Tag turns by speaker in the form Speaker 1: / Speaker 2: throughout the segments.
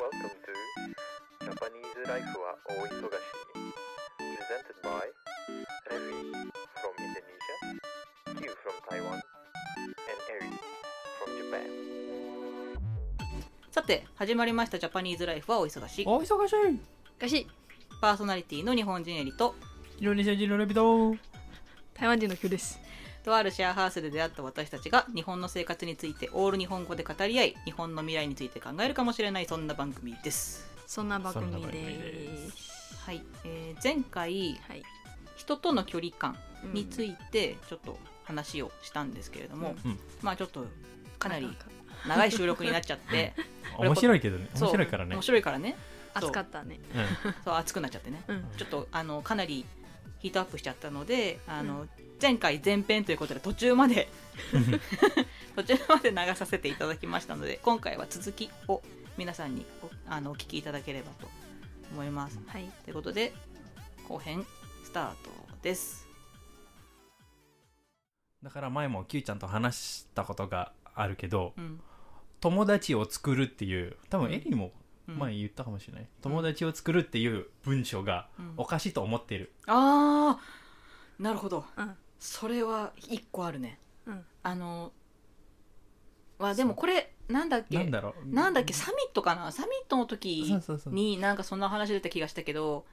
Speaker 1: Welcome to Japanese Life は大忙しに Presented by Revi from Indonesia, Q from Taiwan, and Eri from Japan
Speaker 2: さて始まりました「ジャパニーズライフはお忙しい
Speaker 3: お忙しい
Speaker 4: かしい
Speaker 2: パーソナリティの日本人エリと
Speaker 3: イロネシア人のレビト
Speaker 4: 台湾人の Q です
Speaker 2: とあるシェアハウスで出会った私たちが日本の生活についてオール日本語で語り合い日本の未来について考えるかもしれないそんな番組です
Speaker 4: そんな番組で
Speaker 3: そんな番組です
Speaker 2: はい、えー前回
Speaker 4: はい
Speaker 2: 人との距離感
Speaker 4: うん
Speaker 2: についてちょっと話をしたんですけれども、
Speaker 3: うん
Speaker 2: まあちょっとかなり
Speaker 4: ん
Speaker 2: 長い収録になっちゃって
Speaker 3: 面白いけどね
Speaker 2: そう
Speaker 3: 面白いからね
Speaker 2: 面白いからね
Speaker 4: 暑かったね
Speaker 3: う
Speaker 2: そう熱くなっちゃってね
Speaker 4: うん
Speaker 2: ちょっとあのかなりヒートアップしちゃったのであの、前回前編ということで途中ま で途中まで流させていただきましたので今回は続きを皆さんにおあのお聞きいただければと思います。
Speaker 4: はい
Speaker 2: ということで後編スタートです。
Speaker 3: んだから前も Q ちゃんと話したことがあるけど
Speaker 2: うん
Speaker 3: 友達を作るっていう多
Speaker 2: う
Speaker 3: 分
Speaker 2: ん
Speaker 3: エリも
Speaker 2: うん
Speaker 3: 前言ったかもしれない、友達を作るっていう文章が
Speaker 2: うん
Speaker 3: おかしいと思ってる、
Speaker 2: あーなるほど
Speaker 4: うん
Speaker 2: それは一個あるね。
Speaker 4: うん
Speaker 2: あのわでもこれなんだっけ
Speaker 3: なんだろう
Speaker 2: なんだっけサミットかなサミットの時
Speaker 3: そうそうそう
Speaker 2: になんかそんな話出た気がしたけど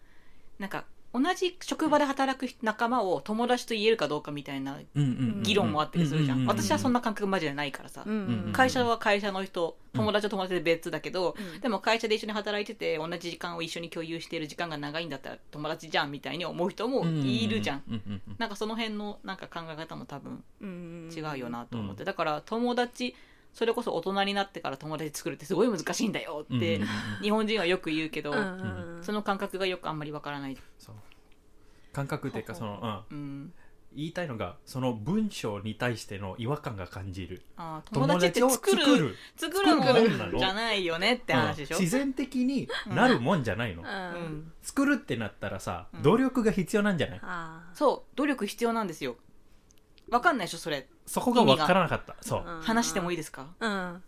Speaker 2: なんか同じ職場で働く仲間を友達と言えるかどうかみたいな
Speaker 3: うんうんうん
Speaker 2: 議論もあったりするじゃ
Speaker 3: うんううう
Speaker 2: 私はそんな感覚マジでないからさ、
Speaker 4: うんうん
Speaker 2: 会社は会社の人
Speaker 3: うん
Speaker 2: 友達は友達で別だけど、
Speaker 4: うん
Speaker 2: でも会社で一緒に働いてて同じ時間を一緒に共有している時間が長いんだったら友達じゃんみたいに思う人もいるじゃん、
Speaker 3: うううんうん
Speaker 2: なんかその辺のなんか考え方も多分
Speaker 4: うん
Speaker 2: 違うよなと思って、
Speaker 3: う
Speaker 2: だから友達それこそ大人になってから友達作るってすごい難しいんだよ
Speaker 3: うん
Speaker 2: って、
Speaker 3: うんうんうん
Speaker 2: 日本人はよく言うけど、
Speaker 4: うんうんうん
Speaker 2: その感覚がよくあんまりわからない、
Speaker 3: そう感覚っていうかその、うん、
Speaker 2: うん、
Speaker 3: 言いたいのがその文章に対しての違和感が感じる
Speaker 2: あー友達って作る作るもんじゃないよねって話でしょ、
Speaker 3: うん自然的になるもんじゃないの、
Speaker 2: う
Speaker 4: うん
Speaker 2: ん、
Speaker 3: 作るってなったらさ、
Speaker 2: うん
Speaker 3: 努力が必要なんじゃない
Speaker 4: あ
Speaker 2: そう努力必要なんですよわかんないでしょそれ
Speaker 3: そこが分からなかったそ
Speaker 4: あ
Speaker 3: う
Speaker 2: 話してもいい
Speaker 4: い
Speaker 2: ですか
Speaker 4: うん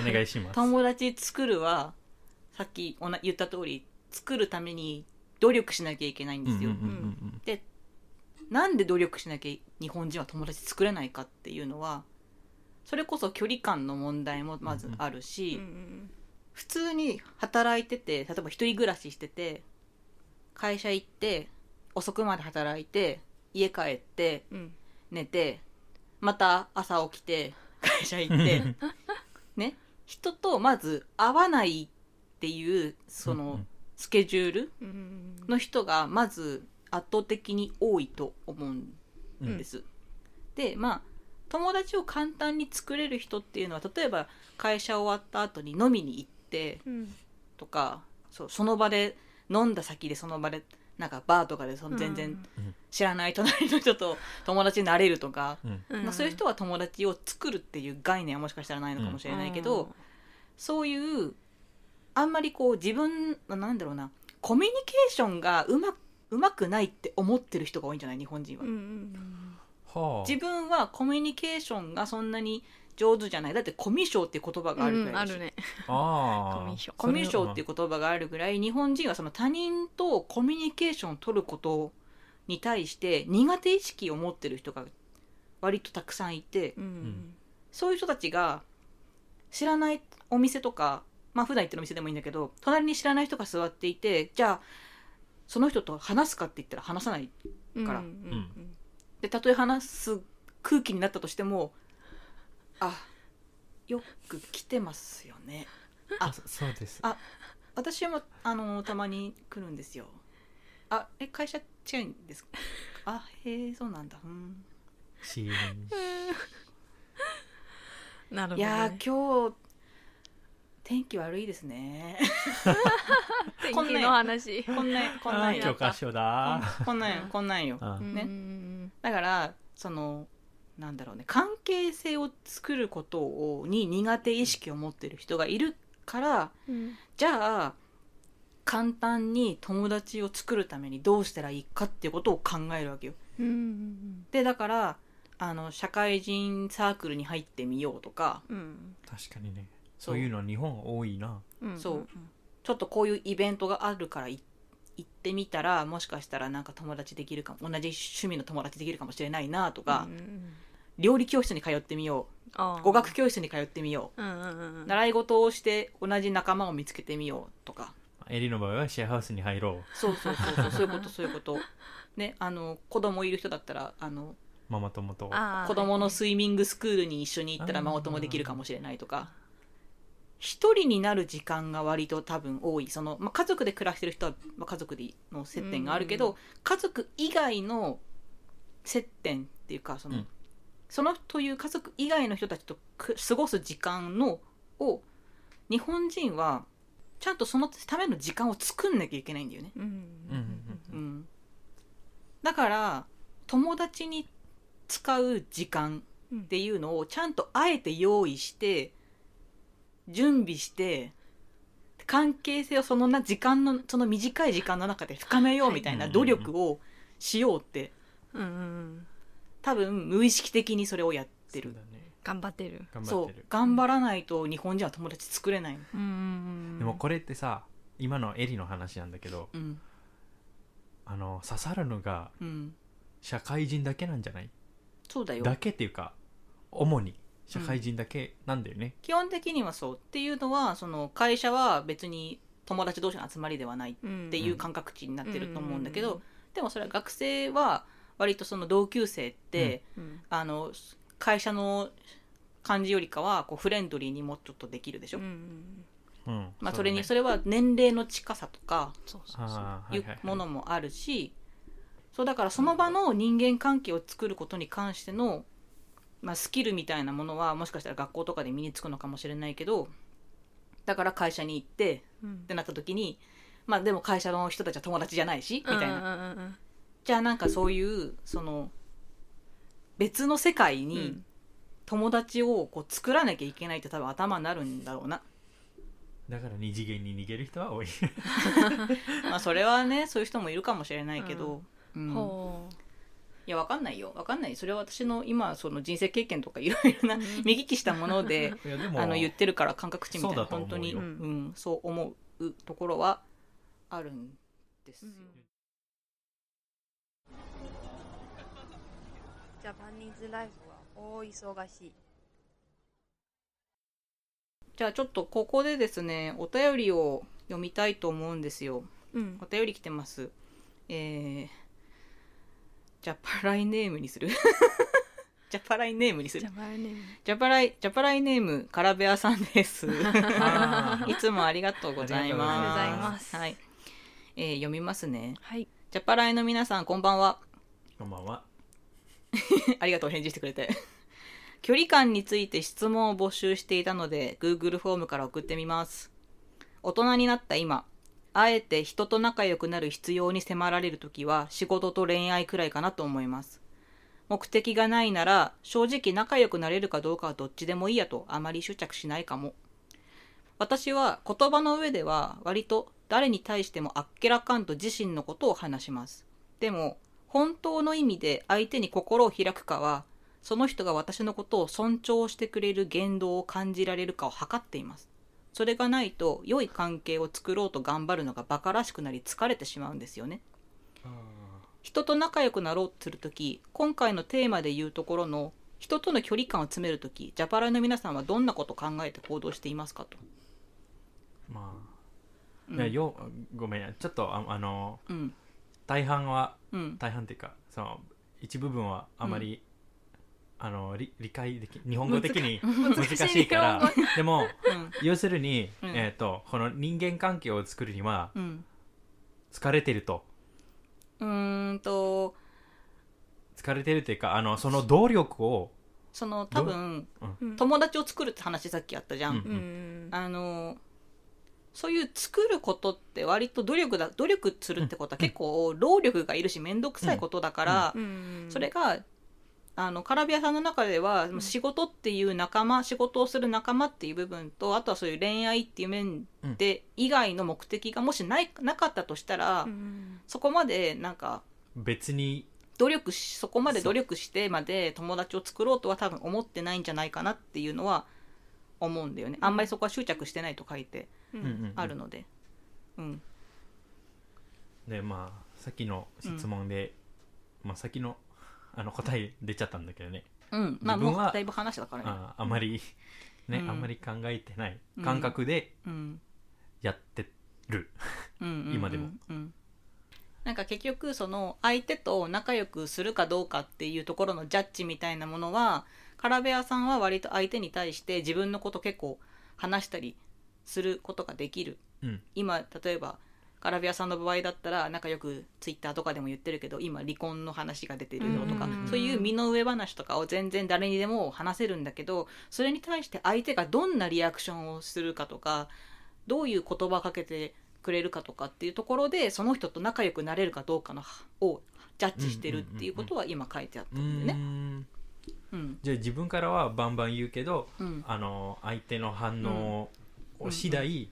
Speaker 3: お願いします
Speaker 2: 友達作るはさっきおな言った通り作るために努力しなきゃいけないんですよ、
Speaker 3: うんうんうん
Speaker 2: なんで努力しなきゃ日本人は友達作れないかっていうのはそれこそ距離感の問題もまずあるし、
Speaker 4: うん
Speaker 2: 普通に働いてて例えば一人暮らししてて会社行って遅くまで働いて家帰って
Speaker 4: うん
Speaker 2: 寝てまた朝起きて会社行って
Speaker 3: うん
Speaker 2: ね人とまず会わないっていうそ
Speaker 3: うんう
Speaker 2: の
Speaker 3: ん
Speaker 2: スケジュール
Speaker 4: うんうん
Speaker 2: の人がまず圧倒的に多いと思うん
Speaker 3: うん
Speaker 2: です。でまあ友達を簡単に作れる人っていうのは例えば会社終わった後に飲みに行って
Speaker 4: うん
Speaker 2: とかそうその場で飲んだ先でその場でなんかバーとかでその全然知らない隣の人と友達になれるとか、
Speaker 4: うん
Speaker 2: まあ、そういう人は友達を作るっていう概念はもしかしたらないのかもしれないけど、そういうあんまりこう自分なんだろうなコミュニケーションがうまうまくないって思ってる人が多いんじゃない日本人は。
Speaker 4: うんうん
Speaker 3: はあ
Speaker 2: 自分はコミュニケーションがそんなに上手じゃないだってコミュ障っていう言葉がある
Speaker 4: う
Speaker 2: く
Speaker 4: ん
Speaker 2: ら
Speaker 4: あ
Speaker 2: いだし
Speaker 4: るね
Speaker 3: ああ
Speaker 4: コミュ障
Speaker 2: コミュ障っていうう言葉があるぐらい日本人はその他人とコミュニケーションを取ることに対して苦手意識を持ってる人が割とたくさんいて
Speaker 4: うん
Speaker 2: そういう人たちが知らないお店とかまあ普段行ってるお店でもいいんだけど隣に知らない人が座っていてじゃあその人と話すかって言ったら話さない
Speaker 4: うん
Speaker 2: から
Speaker 4: うんうん
Speaker 2: でたとえ話す空気になったとしてもあよく来てますよねあ
Speaker 3: そそうです
Speaker 2: あ私もあのたまに来るんですよあえ会社違うんですかあへえそうなんだうん
Speaker 3: し
Speaker 4: うん なるほど
Speaker 2: いや
Speaker 4: ね
Speaker 2: ー今日天気悪いですね
Speaker 4: 天
Speaker 2: こんな
Speaker 4: 気
Speaker 2: ん
Speaker 4: の
Speaker 2: や
Speaker 4: 話
Speaker 2: こんなんこんな
Speaker 3: あ
Speaker 2: ん
Speaker 3: ー
Speaker 2: よ
Speaker 3: 教科書だ
Speaker 2: こんなんよこんなんよ
Speaker 3: あー
Speaker 2: ね
Speaker 4: うん
Speaker 2: だからそのなんだろうね関係性を作ることをに苦手意識を持ってる人がいるから
Speaker 4: うん
Speaker 2: じゃあ簡単に友達を作るためにどうしたらいいかっていうことを考えるわけよ
Speaker 4: うんうん
Speaker 2: でだからあの社会人サークルに入ってみようとか
Speaker 4: うん
Speaker 3: 確かにね
Speaker 2: そ
Speaker 3: そうういうの日本多いな
Speaker 4: うん
Speaker 2: そうちょっとこういうイベントがあるからい行ってみたらもしかしたらなんか友達できるかも同じ趣味の友達できるかもしれないなとか、
Speaker 4: うんうんうん
Speaker 2: 料理教室に通ってみよ
Speaker 4: あ
Speaker 2: う
Speaker 4: ー
Speaker 2: 語学教室に通ってみよ
Speaker 4: うんうんうんう
Speaker 2: うん習い事をして同じ仲間を見つけてみようとか
Speaker 3: エリの場合はシェアハウスに入ろう
Speaker 2: そうそうそうそうそういうことそういうこと ねあの子供いる人だったらあの
Speaker 3: ママ友と
Speaker 4: あー
Speaker 2: 子供のスイミングスクールに一緒に行ったら
Speaker 3: あー
Speaker 2: 孫ともできるかもしれないとか一人になる時間が割と多分多いその、まあ、家族で暮らしてる人は、まあ、家族での接点があるけど、
Speaker 4: うん
Speaker 2: 家族以外の接点っていうかその,、
Speaker 3: うん
Speaker 2: そのという家族以外の人たちとく過ごす時間のを日本人はちゃんとそのための時間を作んなきゃいけないんだよね。
Speaker 4: うんうん
Speaker 3: うん
Speaker 2: うん、だから友達に使う時間
Speaker 4: うん
Speaker 2: っていうのをちゃんとあえて用意して準備して関係性をそのな時間のその短い時間の中で深めようみたいな
Speaker 3: はい
Speaker 2: 努力をしようって
Speaker 4: うんうんうん
Speaker 2: 多分無意識的にそれをやってる
Speaker 3: そうだね
Speaker 4: 頑張ってる
Speaker 3: 頑張
Speaker 2: そ
Speaker 3: って
Speaker 2: う
Speaker 3: る
Speaker 2: 頑張らないと日本人は友達作れない、
Speaker 4: うんうんうん
Speaker 3: でもこれってさ今のエリの話なんだけど
Speaker 2: うん
Speaker 3: あの刺さるのが
Speaker 2: うん、
Speaker 3: 社会人だけなんじゃない
Speaker 2: そうだよ
Speaker 3: だけっていうか主に社会人だけなんだよね、
Speaker 2: 基本的にはそうっていうのはその会社は別に友達同士の集まりではない
Speaker 4: っ
Speaker 2: っていう感覚値になってると思うんだけど、
Speaker 4: うん
Speaker 2: でもそれは学生は割とその同級生って、
Speaker 4: うん
Speaker 2: あの会社の感じよりかはこうフレンドリーにもうちょっとできるでし
Speaker 4: う
Speaker 2: ょ、
Speaker 4: んう
Speaker 3: う
Speaker 4: ん
Speaker 3: ん
Speaker 2: まあ、それに
Speaker 3: そ
Speaker 2: それは年齢の近さとか
Speaker 4: そうそうそう
Speaker 3: ああー
Speaker 2: いう
Speaker 3: はいはい
Speaker 2: ものもあるしそうだからその場の人間関係を作ることに関しての、まあ、スキルみたいなものはもしかしたら学校とかで身につくのかもしれないけどだから会社に行って
Speaker 4: うん
Speaker 2: ってなった時にまあでも会社の人たちは友達じゃないしみたいな
Speaker 4: なうんうん
Speaker 2: じゃあなんかそういうその別の世界
Speaker 4: うんう
Speaker 2: に
Speaker 4: ん
Speaker 2: 友達をこう作らなきゃいけないって多分頭になるんだろうな、
Speaker 3: だから二次元に逃げる人 は多い
Speaker 2: まあそれはねそういう人もいるかもしれないけど、うん
Speaker 4: ほ
Speaker 2: いやわかんないよわかんないそれは私の今その人生経験とかいろいろな
Speaker 4: うん
Speaker 2: 見聞きしたもので
Speaker 3: いやでも
Speaker 2: あの言ってるから感覚値みたい
Speaker 3: そ
Speaker 2: な
Speaker 3: うだと思
Speaker 2: 本
Speaker 3: うよ
Speaker 2: 当に、う
Speaker 4: うんん
Speaker 2: そう思うところはあるんです
Speaker 4: う
Speaker 2: よ、
Speaker 4: ん ジャパニーズライフは大忙しい
Speaker 2: じゃあちょっとここでですねお便りを読みたいと思うんですよ
Speaker 4: うん
Speaker 2: お便り来てます。えー、ジャパライネームにする ジャパライネームにす
Speaker 4: ジ
Speaker 2: る
Speaker 4: ャパニーズ
Speaker 2: ジャパライ、ジャパライネーム、カラベアさん です。
Speaker 3: あ ー
Speaker 2: いつもありがとうございます。
Speaker 3: ありがとうござい
Speaker 4: ます
Speaker 2: はい。えー読みますね。
Speaker 4: はい
Speaker 2: ジャパライの皆さん、こんばんは。
Speaker 3: こんばんは
Speaker 2: ありがとう、返事してくれて。距離感について質問を募集していたので、Google フォームから送ってみます。大人になった今、あえて人と仲良くなる必要に迫られるときは、仕事と恋愛くらいかなと思います。目的がないなら、正直仲良くなれるかどうかはどっちでもいいやと、あまり執着しないかも。私は言葉の上では、割と誰に対してもあっけらかんと自身のことを話します。でも本当の意味で相手に心を開くかはその人が私のことを尊重してくれる言動を感じられるかを測っていますそれがないと良い関係を作ろうと頑張るのが馬鹿らしくなり疲れてしまうんですよね人と仲良くなろうとするとき今回のテーマで言うところの人との距離感を詰めるときジャパラの皆さんはどんなことを考えて行動していますかと、
Speaker 3: まあ、
Speaker 2: うん
Speaker 3: いやよごめんちょっとああの
Speaker 2: うん
Speaker 3: 大半は
Speaker 2: うん
Speaker 3: 大半っていうかその一部分はあまり、あの理理解でき日本語的に難しいからで
Speaker 2: う
Speaker 3: も
Speaker 2: ん
Speaker 3: 要するに、
Speaker 2: うん
Speaker 3: えっ、とこの人間関係を作るには
Speaker 2: うん
Speaker 3: 疲れてると
Speaker 2: うーんと
Speaker 3: 疲れてるっていうかあのその動力を
Speaker 2: その多分
Speaker 4: うん
Speaker 2: 友達を作るって話さっきやったじゃん、
Speaker 3: うん
Speaker 4: うん
Speaker 2: あのそういう作ることって割と努力だ努力するってことは結構労力がいるし面倒くさいことだから、
Speaker 4: うん
Speaker 2: それがあのカラビアさんの中では
Speaker 4: ん
Speaker 2: 仕事っていう仲間仕事をする仲間っていう部分とあとはそういう恋愛っていう面で以外の目的がもしないなかったとしたら、
Speaker 4: うん
Speaker 2: そこまでなんか
Speaker 3: 別に
Speaker 2: 努力しそこまで努力してまで友達を作ろうとは多分思ってないんじゃないかなっていうのは思うんだよねあんまりそこは執着してないと書いて
Speaker 4: う
Speaker 3: うんうん
Speaker 4: ん
Speaker 2: あるのでうん
Speaker 3: でまあさっきの質問で、まあ先のあの答え出ちゃったんだけどね
Speaker 2: うんまあ
Speaker 3: 自分は
Speaker 2: もうだいぶ話したからね
Speaker 3: ああまりね、
Speaker 2: うん
Speaker 3: あんまり考えてない
Speaker 2: うん
Speaker 3: 感覚で
Speaker 2: うん
Speaker 3: やってる、
Speaker 2: うんうんうん
Speaker 3: 今でも
Speaker 2: うんなんか結局その相手と仲良くするかどうかっていうところのジャッジみたいなものはカラベアさんは割と相手に対して自分のこと結構話したりすることができる
Speaker 3: うん
Speaker 2: 今例えばカラビアさんの場合だったら仲良くツイッターとかでも言ってるけど今離婚の話が出てるよとか、
Speaker 4: うんうんうん
Speaker 2: そういう身の上話とかを全然誰にでも話せるんだけどそれに対して相手がどんなリアクションをするかとかどういう言葉かけてくれるかとかっていうところでその人と仲良くなれるかどうかのをジャッジしてるっていうことは今書いてあったんでね。
Speaker 3: うん
Speaker 2: うん
Speaker 3: じゃあ自分からはバンバン言うけど
Speaker 2: うん
Speaker 3: あの相手の反応を次第、
Speaker 2: うん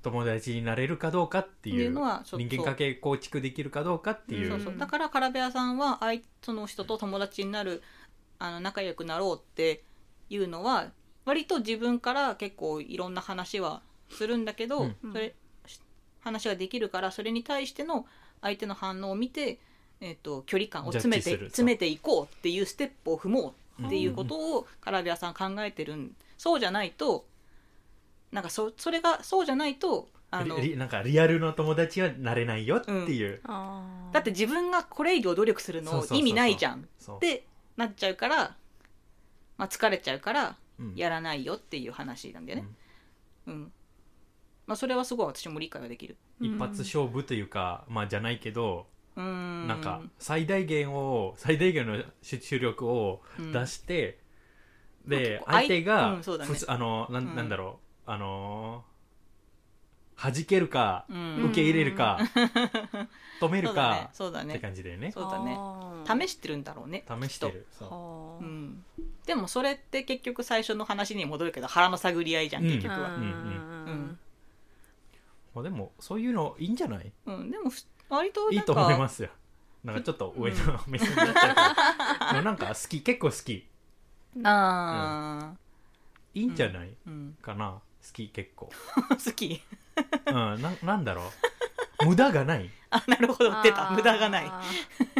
Speaker 3: 友達になれるかどうかって
Speaker 2: ってい
Speaker 3: いうう
Speaker 2: のはそう
Speaker 3: 人間関係構築できるかどうかっていう
Speaker 2: そううんそうだからカラベアさんはあいその人と友達になるあの仲良くなろうっていうのは割と自分から結構いろんな話はするんだけど、
Speaker 3: うん
Speaker 4: うん
Speaker 2: それし話ができるからそれに対しての相手の反応を見て、えっと距離感を詰め
Speaker 3: ジャ
Speaker 2: て
Speaker 3: ッジする
Speaker 2: 詰めていこうっていうステップを踏もうっていうことをカラベアさん考えてるんそうじゃないとなんかそそれがそうじゃないとあの
Speaker 3: リリなんかリアルの友達はなれないよっていう、
Speaker 4: あー
Speaker 2: だって自分がこれ以上努力する
Speaker 3: そう
Speaker 2: の
Speaker 3: そうそうそう
Speaker 2: 意味ないじゃん
Speaker 3: そう
Speaker 2: ってなっちゃうから、まあ、疲れちゃうから
Speaker 3: うん
Speaker 2: やらないよっていう話なんだよね。うん、まあ、それはすごい私も理解はできる。
Speaker 3: 一発勝負というか、まあじゃないけど、
Speaker 2: うーん
Speaker 3: なんか最大限を最大限の集中力を出して、で
Speaker 2: まあ結
Speaker 3: 相手
Speaker 2: 構
Speaker 3: が、
Speaker 2: 相うんそうだね
Speaker 3: ふつあのなん,、なんだろうあのー弾けるか、
Speaker 2: うん
Speaker 3: 受け入れるか、止めるか、
Speaker 2: そうだ
Speaker 3: って
Speaker 2: ね
Speaker 3: 感じだよね
Speaker 2: そうだねそう
Speaker 4: あー
Speaker 2: だね試してるんだろうね
Speaker 3: 試してるそう
Speaker 4: は
Speaker 2: う
Speaker 4: ー
Speaker 2: ん、でもそれって結局最初の話に戻るけど腹の探り合いじゃん結
Speaker 3: うん
Speaker 2: 局は、
Speaker 4: うんうん
Speaker 3: まあ、でもそういうのいいんじゃない
Speaker 2: うんでもふ割となんか
Speaker 3: いいと思いますよなんかちょっと上の目線になっちゃう けどでもなんか好き結構好きい
Speaker 2: あ
Speaker 3: いんじゃない
Speaker 2: ー、うん、
Speaker 3: かな、好き結構
Speaker 2: 好き
Speaker 3: うんななんだろう 無駄がない
Speaker 2: あなるほど出た無駄がない
Speaker 4: あ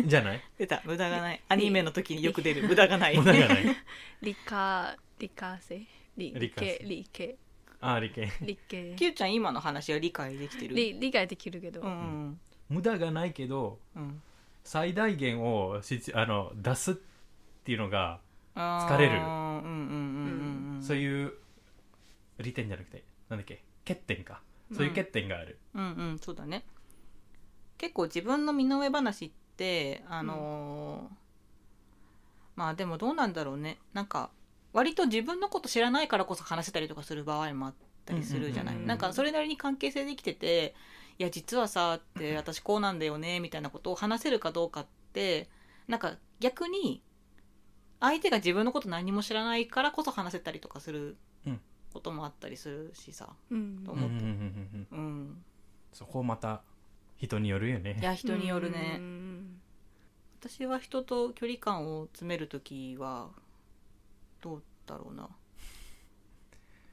Speaker 3: じゃない
Speaker 2: 出た無駄がないアニメの時によく出る無駄がない
Speaker 3: 無駄がない
Speaker 4: ー 理科理科生理
Speaker 3: 理
Speaker 4: 理
Speaker 3: 科生
Speaker 4: 系理系
Speaker 3: あー理系
Speaker 4: 理系
Speaker 2: キューちゃん今の話は理解できてる
Speaker 4: 理理解できるけど、
Speaker 2: うん
Speaker 3: 無駄がないけど
Speaker 2: うん
Speaker 3: 最大限をしあの出すっていうのが、疲
Speaker 2: 疲
Speaker 3: れる
Speaker 2: うんうんうんうん
Speaker 3: そう
Speaker 2: い
Speaker 3: いう利点じゃなくてなんだっけ欠点かそういう欠点がある、
Speaker 2: うんうんそうだね結構自分の身の上話ってあのーまあでもどうなんだろうねなんか割と自分のこと知らないからこそ話せたりとかする場合もあったりするじゃない、
Speaker 3: うんうんうんうん
Speaker 2: なんかそれなりに関係性できてていや実はさって私こうなんだよねみたいなことを話せるかどうかってなんか逆に相手が自分のこと何も知らないからこそ話せたりとかする
Speaker 3: うん
Speaker 2: こともあったりするしさ、
Speaker 4: うん
Speaker 2: と
Speaker 3: うん
Speaker 2: 思
Speaker 3: う
Speaker 2: っ
Speaker 3: ん
Speaker 2: て
Speaker 3: うんうんうん、
Speaker 2: うん、
Speaker 3: そこまた人によるよね
Speaker 2: いや人によるね、
Speaker 4: うん
Speaker 2: 私は人と距離感を詰める時はどうだろうな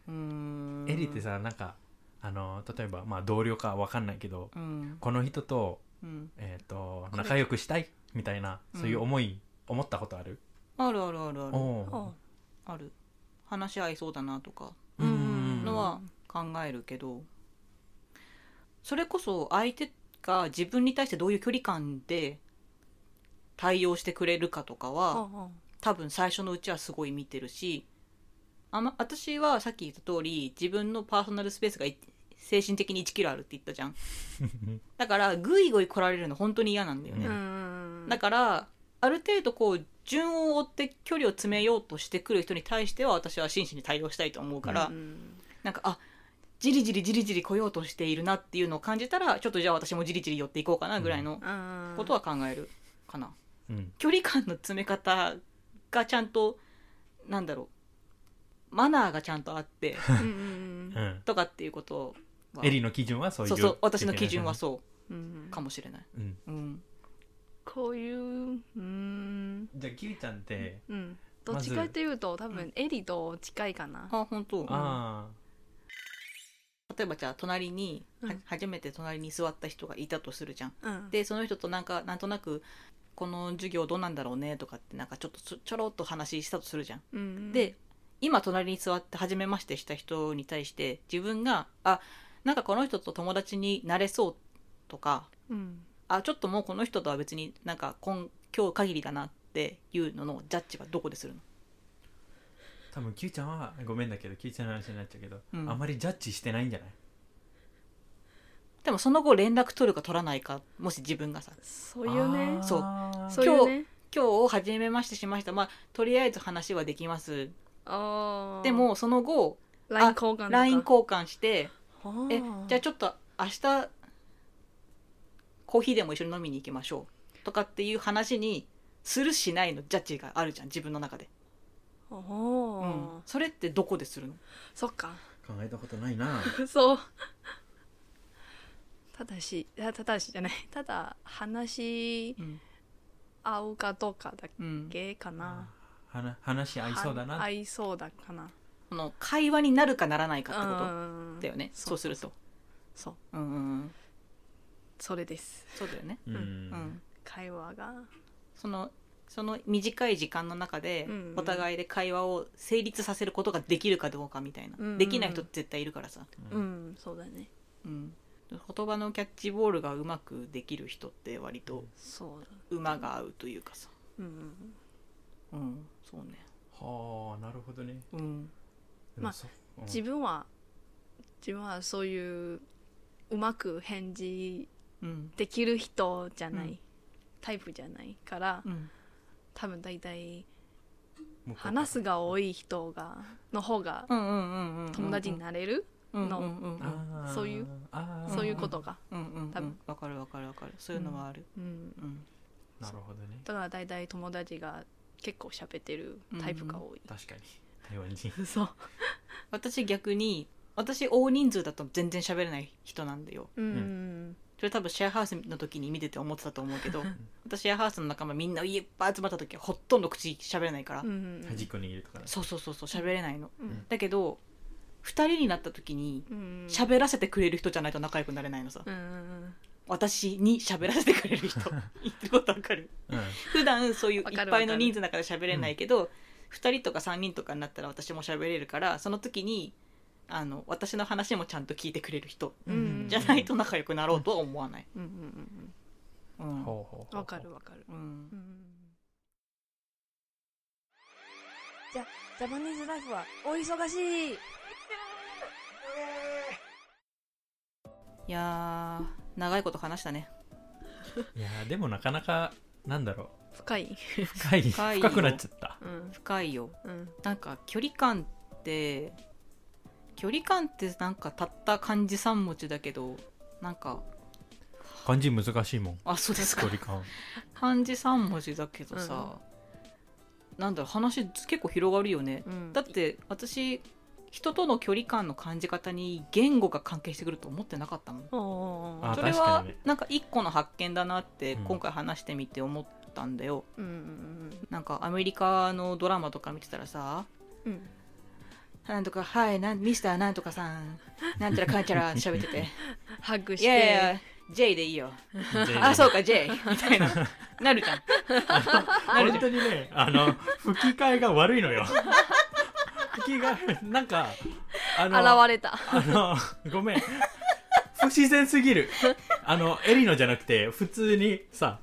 Speaker 2: うーん
Speaker 3: エリってさなんかあの例えば、まあ、同僚かわかんないけど
Speaker 2: うん
Speaker 3: この人と,、
Speaker 2: うん
Speaker 3: えー、と
Speaker 4: れ
Speaker 3: 仲良くしたいみたいな
Speaker 2: うん
Speaker 3: そういう思い、思ったことある
Speaker 2: あるあるあるある
Speaker 3: おー
Speaker 4: あ
Speaker 2: ある話し合いそうだなとか
Speaker 3: う
Speaker 4: うんん
Speaker 2: のは考えるけどそれこそ相手が自分に対してどういう距離感で対応してくれるかとかは
Speaker 4: あ
Speaker 2: 多分最初のうちはすごい見てるしあ、ま、私はさっき言った通り自分のパーソナルスペースがい精神的に1キロあるって言ったじ ゃんだからぐいぐい来られるの本当に嫌なんだよね、
Speaker 4: う
Speaker 3: うん
Speaker 2: だからある程度こう順を追って距離を詰めようとしてくる人に対しては私は真摯に対応したいと思うから、
Speaker 4: うん
Speaker 2: なんかあじりじりじりじり来ようとしているなっていうのを感じたらちょっとじゃあ私もじりじり寄っていこうかなぐらいの
Speaker 4: うん
Speaker 2: ことは考えるかな、
Speaker 3: うん
Speaker 2: 距離感の詰め方がちゃんとなんだろうマナーがちゃんとあって
Speaker 4: うんうん
Speaker 3: うん
Speaker 2: とかっていうことは
Speaker 3: エリの基準はそういう
Speaker 2: そうそう私の基準はそ
Speaker 4: うんう
Speaker 2: うんかもしれない、
Speaker 3: うん、
Speaker 2: うん、
Speaker 4: こういううん
Speaker 3: じゃあキュウちゃんって
Speaker 4: うんどっちかというと多分エリと近いかな、
Speaker 2: あ本当
Speaker 3: あ
Speaker 2: 例えばじゃあ隣に、は
Speaker 4: うん
Speaker 2: 初めて隣に座った人がいたとするじゃん
Speaker 4: うん、
Speaker 2: でその人となんかなんとなくこの授業どうなんだろうねとかってなんかちょっとちょちょろっと話したとするじゃん
Speaker 4: うん、
Speaker 2: で今隣に座って初めましてした人に対して自分があなんかこの人と友達になれそうとか
Speaker 4: うん、
Speaker 2: あちょっともうこの人とは別になんか今今日限りだなっていうののジャッジはどこでするの
Speaker 3: ー多分 Q ちゃんはごめんだけど Q ちゃんの話になっちゃうけど、
Speaker 2: うん
Speaker 3: あまりジャッジしてないんじゃない
Speaker 2: でもその後連絡取るか取らないかもし自分がさ
Speaker 4: そういうね
Speaker 2: そう
Speaker 3: う
Speaker 4: そういうね
Speaker 2: 今日を初めましてしましたまあとりあえず話はできます
Speaker 4: あー
Speaker 2: でもその後
Speaker 4: LINE 交換とか
Speaker 2: LINE 交換して
Speaker 4: あー
Speaker 2: えじゃあちょっと明日コーヒーでも一緒に飲みに行きましょうとかっていう話にするしないのジャッジがあるじゃん自分の中で、
Speaker 4: あー
Speaker 2: うんそれってどこでするの
Speaker 4: そっか
Speaker 3: 考えたことないな
Speaker 4: そうただしいやただしじゃないただ話し
Speaker 2: うん、
Speaker 4: 合うかどうかだ
Speaker 2: うん、
Speaker 4: けかな、
Speaker 3: 話話合いそうだな
Speaker 4: 合いそうだかな
Speaker 2: この会話になるかならないかってこ
Speaker 4: うん
Speaker 2: とだよねそうすると
Speaker 4: そう
Speaker 2: うんうんうん
Speaker 4: それです
Speaker 2: そうだよね
Speaker 3: うん、
Speaker 2: うん
Speaker 4: 会話が
Speaker 2: そのその短い時間の中で
Speaker 4: うんうん
Speaker 2: お互いで会話を成立させることができるかどうかみたいな、
Speaker 4: うんうん
Speaker 2: できない人って絶対いるからさ、
Speaker 4: う、
Speaker 3: うんん
Speaker 4: そうだね
Speaker 2: うん、言葉のキャッチボールがうまくできる人って割と
Speaker 4: そうだ
Speaker 2: 馬が合うというかさ
Speaker 4: うんうん
Speaker 2: うんそうね
Speaker 3: はあなるほどね
Speaker 2: うん
Speaker 3: で
Speaker 4: まあ
Speaker 3: もそうん
Speaker 4: 自分は自分はそういううまく返事
Speaker 2: うん
Speaker 4: できる人じゃない、
Speaker 2: うん
Speaker 4: タイプじゃないから
Speaker 2: うん
Speaker 4: 多分大体
Speaker 3: 向こうから
Speaker 4: 話すが多い人がの方が
Speaker 2: うんうんうんうん
Speaker 4: 友達になれる、の
Speaker 2: うんうんうん
Speaker 3: あー
Speaker 4: そういう
Speaker 3: あー
Speaker 4: そういうことが、
Speaker 2: うんうんうん
Speaker 4: 多分
Speaker 2: わかるわかるわかるそういうのはある
Speaker 4: うん、
Speaker 2: うん
Speaker 3: なるほどね
Speaker 4: だから大体友達が結構喋ってるタイプが多い、
Speaker 3: 確かに台湾人
Speaker 4: そう、
Speaker 2: 私逆に私大人数だと全然喋れない人なんだよ
Speaker 4: うん、
Speaker 2: それ多分シェアハウスの時に見てて思ってたと思うけ ど私シェアハウスの仲間みんないっぱい集まった時はほとんど口喋れないから、
Speaker 4: うん
Speaker 3: 端っこにいるとかね
Speaker 2: そうそうそうそう喋れないの、
Speaker 4: うん
Speaker 2: だけど二人になった時に
Speaker 4: うん
Speaker 2: 喋らせてくれる人じゃないと仲良くなれないのさ、
Speaker 4: うん
Speaker 2: 私に喋らせてくれる 人言ってることわかる
Speaker 3: うん
Speaker 2: 普段そういうい
Speaker 4: わ
Speaker 2: っ
Speaker 4: かる
Speaker 2: ぱいの人数の中で喋れないけど二人とか三人とかになったら私も喋れるからその時にあの私の話もちゃんと聞いてくれる人
Speaker 4: うん
Speaker 2: じゃないと仲良くなろうとは思わない、
Speaker 4: うんうん
Speaker 2: うん
Speaker 3: ほうほうほ
Speaker 4: う
Speaker 3: うん
Speaker 4: わかるわかる
Speaker 2: うん
Speaker 5: じゃ、ジャパニーズライフはお忙しい
Speaker 2: いやー長いこと話したね
Speaker 3: いやーでもなかなかなんだろ
Speaker 4: 深い、
Speaker 3: う深い
Speaker 2: 深いよ
Speaker 3: 深くなっちゃった
Speaker 4: うん
Speaker 2: 深いよ
Speaker 4: うん、
Speaker 2: なんか距離感って距離感ってなんかたった漢字三文字だけどなんか
Speaker 3: 漢字難しいもん
Speaker 2: あそうです
Speaker 3: 距
Speaker 2: か
Speaker 3: 離感
Speaker 2: 漢字三文字だけどさ、なんだろう話結構広がるよね、
Speaker 4: うん
Speaker 2: だって私人との距離感の感じ方に言語が関係してくると思ってなかったもん
Speaker 4: おお
Speaker 3: あ
Speaker 2: それ
Speaker 3: 確か
Speaker 2: は
Speaker 3: にね
Speaker 2: なんか一個の発見だなって
Speaker 3: うん
Speaker 2: 今回話してみて思ったんだよ、
Speaker 4: うんうん
Speaker 2: なんかアメリカのドラマとか見てたらさ
Speaker 4: うんうん
Speaker 2: なんとか「はいなんミスターなんとかさんなんちゃらかんちゃら」喋ってて
Speaker 4: ハグし
Speaker 2: いやいやい
Speaker 4: て
Speaker 2: や J でいいよ。
Speaker 3: 全然
Speaker 2: あ、そうか、J みたいな。なるじゃん。
Speaker 3: 本当にねあの吹き替えが悪いのよ吹き替えなんかあの
Speaker 4: 現れた
Speaker 3: あのごめん不自然すぎるあのエリノじゃなくて普通にさ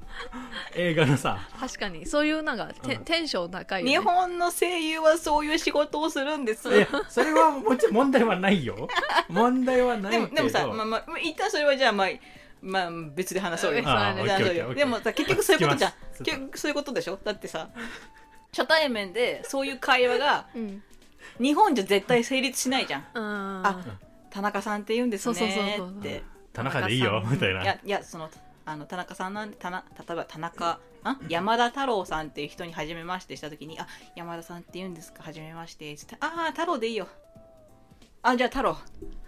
Speaker 3: 映画のさ
Speaker 4: 確かにそういうなんかテ
Speaker 3: うん
Speaker 4: テンション高いよ、ね、
Speaker 2: 日本の声優はそういう仕事をするんです。
Speaker 3: いやそれはもちろん問題はないよ問題はない
Speaker 2: で
Speaker 3: け
Speaker 2: も
Speaker 3: ど
Speaker 2: でもさ、まあまあ、一旦それはじゃあ、まあ、まあ、別で話そうよ。
Speaker 4: あ
Speaker 3: あー
Speaker 4: そ
Speaker 3: オッ
Speaker 4: う
Speaker 2: じゃあ
Speaker 3: ケー
Speaker 2: そ
Speaker 3: オッ
Speaker 2: うよ
Speaker 3: ケーオッケー
Speaker 2: でもさ、結局そういうことじゃん
Speaker 3: 聞きま。す
Speaker 2: 結局そういうことでしょだってさ、初対面でそういう会話が
Speaker 4: うん
Speaker 2: 日本じゃ絶対成立しないじゃん。
Speaker 4: あ
Speaker 2: あ、田中さんって言うんです
Speaker 4: そうそうそう
Speaker 2: ね
Speaker 4: そう
Speaker 2: ーって。
Speaker 3: 田中でいいよみたい
Speaker 2: い
Speaker 3: な
Speaker 2: やいやそのあの田中さんなんでたな例えば田中あ山田太郎さんっていう人に初めましてした時に「あ山田さんって言うんですか初めまして」つって「ああ太郎でいいよ」あ「じゃあ太郎」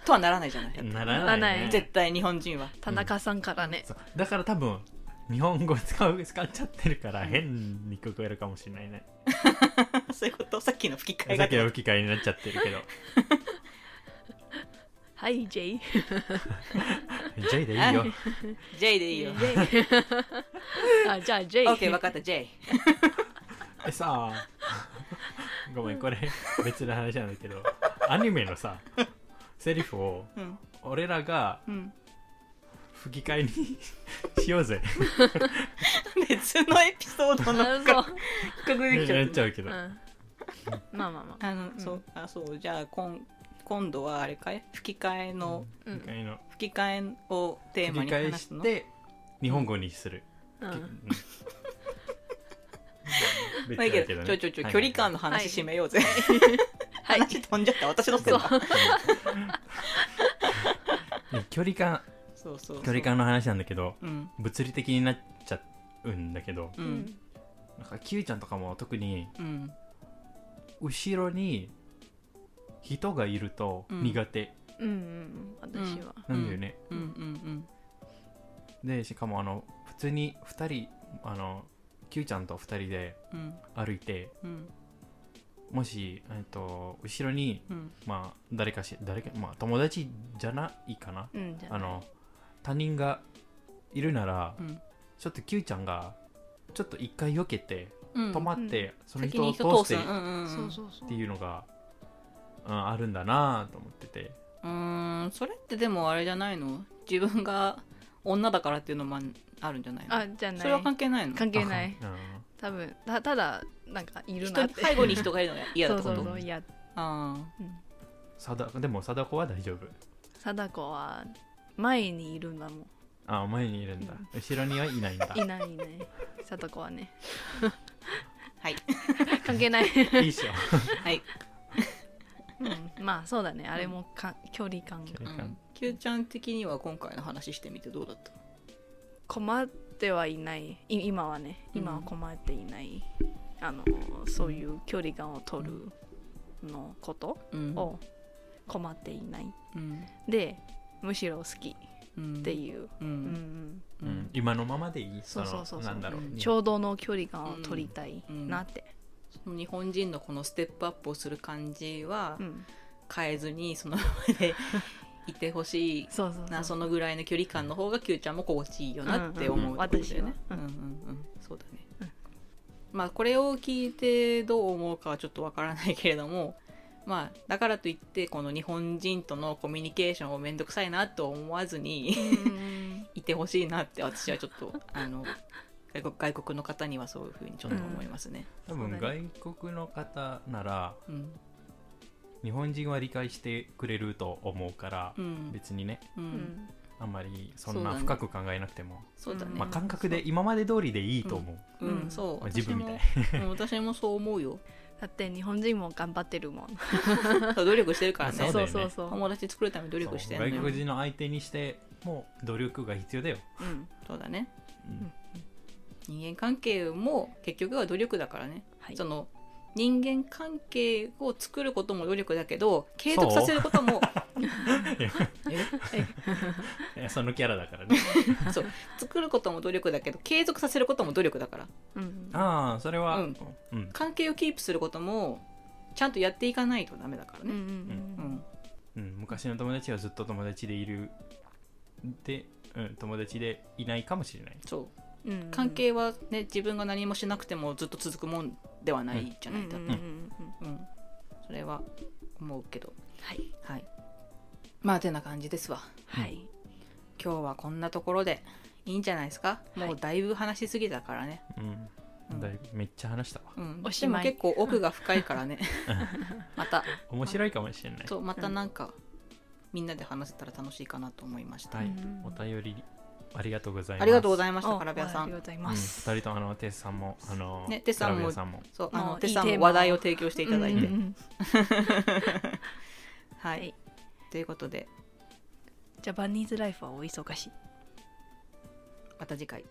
Speaker 2: とはならないじゃない、
Speaker 3: なら
Speaker 4: なら
Speaker 3: な、
Speaker 4: ないい
Speaker 3: ね、
Speaker 2: 絶対日本人は。
Speaker 4: 田中さんからね、
Speaker 3: そうだから多分日本語使う使っちゃってるから変に聞こえるかもしれないね、
Speaker 2: そういうことさっきの吹き替え
Speaker 3: さ
Speaker 2: が
Speaker 3: っきの吹き替えになっちゃってるけど
Speaker 4: はい、J。
Speaker 3: J でいいよ
Speaker 2: J でいいよ
Speaker 4: J。あ、じゃあ J。
Speaker 2: OK 分かった J
Speaker 3: えさ あごめんこれ別の話なんだけどアニメのさセリフを
Speaker 2: うん
Speaker 3: 俺らが
Speaker 2: うん
Speaker 3: 吹き替えにしようぜ
Speaker 2: 別のエピソードの
Speaker 4: 嘘。
Speaker 2: 確認できちゃ
Speaker 3: や
Speaker 2: っ
Speaker 3: ったちゃうけ
Speaker 4: うん。
Speaker 3: ど、
Speaker 4: まあまあまあ。
Speaker 2: あの、そうあそうじゃあこん今度はあれかい吹き替えの、
Speaker 4: うん
Speaker 3: 吹き替えの
Speaker 2: 吹き替えをテーマ
Speaker 3: 吹
Speaker 2: に
Speaker 3: き替え
Speaker 2: 話す
Speaker 3: し
Speaker 2: の
Speaker 3: て日本語にする、
Speaker 4: う
Speaker 3: うん
Speaker 4: ん。
Speaker 3: 別
Speaker 2: まあいい
Speaker 3: だ
Speaker 2: けどちょいちょいちょい距離感の話締めようぜ、
Speaker 4: はい。
Speaker 2: 話飛んじゃった私のせいだ
Speaker 4: そ
Speaker 3: ね距離感
Speaker 2: そうそうそう
Speaker 3: 距離感の話なんだけど
Speaker 2: うん
Speaker 3: 物理的になっちゃうんだけど
Speaker 2: う
Speaker 4: うんん。
Speaker 3: なんかキュウちゃんとかも特に
Speaker 2: うん
Speaker 3: 後ろに人がいると苦手
Speaker 4: うんうん。私は。
Speaker 3: なんだよね、
Speaker 2: うんうん
Speaker 3: でしかもあの普通に2人あのキュウちゃんと2人で
Speaker 2: うんうん
Speaker 3: 歩いて
Speaker 2: うん
Speaker 3: もし、えっと、後ろに、
Speaker 2: うん
Speaker 3: まあ、誰かし誰か、まあ、友達じゃないかな
Speaker 4: うん。じゃ
Speaker 3: あの他人がいるなら、
Speaker 2: うん
Speaker 3: ちょっとキュウちゃんがちょっと一回避けて
Speaker 2: うん
Speaker 3: 止まって、その
Speaker 2: 先
Speaker 3: 人
Speaker 2: に
Speaker 3: を
Speaker 2: 人
Speaker 3: 通
Speaker 2: 通
Speaker 3: して
Speaker 2: す
Speaker 3: っ
Speaker 2: うんうんう
Speaker 4: あ
Speaker 2: ん
Speaker 4: そうそうそう
Speaker 3: て。いうのが、うん、あるんだなぁと思ってて
Speaker 2: うーんそれってでもあれじゃないの自分が女だからっていうのもああるんじゃないの
Speaker 4: あ、じゃあ
Speaker 2: それは
Speaker 4: ない。
Speaker 2: 関係ないの
Speaker 4: 関係ない。
Speaker 3: あ
Speaker 4: 多分たただなんかいるな
Speaker 2: 人
Speaker 4: って
Speaker 2: 背後に人がいるのが嫌だ
Speaker 4: そ
Speaker 2: ってこ
Speaker 4: うそ
Speaker 2: と
Speaker 4: うそういや
Speaker 2: あー
Speaker 3: うん貞でも貞子は大丈夫
Speaker 4: 貞子は前にいるんだも
Speaker 3: あ前にいるんだ後ろにはいないんだ
Speaker 4: んいない ね貞子はね
Speaker 2: はい
Speaker 4: 関係 ない、
Speaker 3: いいっしょ
Speaker 2: はい
Speaker 4: うん、まあそうだねあれもか距離感
Speaker 3: 距離
Speaker 2: う
Speaker 3: 感
Speaker 2: ん Q ちゃん的には今回の話してみてどうだった
Speaker 4: 困ってはいないい今はね今は困っていない、あのそういう距離感を取るのこと
Speaker 2: うん
Speaker 4: を困っていない
Speaker 2: うん
Speaker 4: でむしろ好き
Speaker 2: うん
Speaker 4: っていう、
Speaker 2: う
Speaker 4: うん
Speaker 2: んう
Speaker 3: うんん、今のままでいい
Speaker 4: そうそうそうそう
Speaker 3: のなんだろう、
Speaker 2: うん
Speaker 4: ちょうどの距離感を取りたいなって、
Speaker 2: その日本人のこのステップアップをする感じは
Speaker 4: うん
Speaker 2: 変えずにそのまま でいてほしい
Speaker 4: そうそうそう
Speaker 2: なそのぐらいの距離感の方が Q ちゃんも心地いいよなって思うってことだよね。う
Speaker 4: うんん
Speaker 2: う
Speaker 4: うんん
Speaker 2: うんそうだね。まあこれを聞いてどう思うかはちょっとわからないけれどもまあだからといってこの日本人とのコミュニケーションをめんどくさいなと思わずに
Speaker 4: うん
Speaker 2: いてほしいなって私はちょっとあの外国外国の方にはそういうふうにちょっと思いますね。
Speaker 3: 多分外国の方なら
Speaker 2: うん
Speaker 3: 日本人は理解してくれると思うから、
Speaker 2: うん
Speaker 3: 別にね
Speaker 2: う
Speaker 4: うんん
Speaker 3: あんまりそ
Speaker 2: そうんだ
Speaker 3: な
Speaker 2: ね
Speaker 3: 深く考えなくても、
Speaker 2: そうだね。
Speaker 3: まあ、感覚で今まで通りでいいと思う、
Speaker 2: う
Speaker 4: うんん
Speaker 2: そう、
Speaker 3: まあ、自分みたい
Speaker 2: 私 もうん私もそう思うよ。
Speaker 4: だって日本人も頑張ってるもん。
Speaker 2: そう努力してるからね。
Speaker 3: まあそうだよね
Speaker 4: そうそうそう
Speaker 2: 友達作るために努力して
Speaker 3: そ
Speaker 2: る
Speaker 3: う
Speaker 2: の
Speaker 3: 外
Speaker 2: よ。
Speaker 3: 国人の相手にしても努力が必要だよ、
Speaker 4: うん。
Speaker 2: そうだね。
Speaker 3: うん
Speaker 2: 人間関係も結局は努力だからね、
Speaker 4: はい
Speaker 2: その人間関係を作ることも努力だけど継続させることも
Speaker 3: いやそのキャラだからね
Speaker 2: そう作ることも努力だけど継続させることも努力だから
Speaker 4: うん。
Speaker 3: ああそれは
Speaker 2: う
Speaker 3: うんん、
Speaker 2: 関係をキープすることもちゃんとやっていかないとダメだから
Speaker 4: うんう
Speaker 2: ね、うん
Speaker 4: ん
Speaker 3: うん昔の友達はずっと友達でいるで、うん、友達でいないかもしれない
Speaker 2: そう
Speaker 4: うんうん。
Speaker 2: 関係はね自分が何もしなくてもずっと続くもんではないじゃ
Speaker 4: う
Speaker 2: なんいだ
Speaker 4: う
Speaker 2: っ
Speaker 4: ん
Speaker 2: て
Speaker 4: うんうん。
Speaker 2: うん、それは思うけど
Speaker 4: はい。
Speaker 2: はいまあてな感じですわ
Speaker 4: はい。
Speaker 2: 今日はこんなところでいいんじゃないですか、もうだいぶ話しすぎたからね、
Speaker 3: うん
Speaker 2: うん
Speaker 3: だいぶめっちゃ話したわ
Speaker 2: うん、
Speaker 4: おしまい
Speaker 2: でも結構奥が深い からねまた
Speaker 3: 面白いかもしれない
Speaker 2: そうまたなんか、みんなで話せたら楽しいかなと思いました、
Speaker 3: はい
Speaker 4: うん
Speaker 3: お便りありがとうございます
Speaker 2: ありがとうござ
Speaker 3: い
Speaker 2: いましたカラビアさ
Speaker 4: あり
Speaker 2: ん
Speaker 4: がとうござい
Speaker 3: ま
Speaker 4: ます。
Speaker 3: 2人とあのテスさんもあの
Speaker 2: ねテスさんも
Speaker 3: カラビアさんも
Speaker 2: そうあ
Speaker 4: も
Speaker 2: の
Speaker 4: う
Speaker 2: テさん
Speaker 4: いいテ
Speaker 2: も
Speaker 4: ーマを
Speaker 2: 話題を提供していただいて、
Speaker 4: うんうんうん
Speaker 2: はい、
Speaker 4: はい
Speaker 2: ということで
Speaker 4: ジャパニーズライフはお忙しい。
Speaker 2: また次回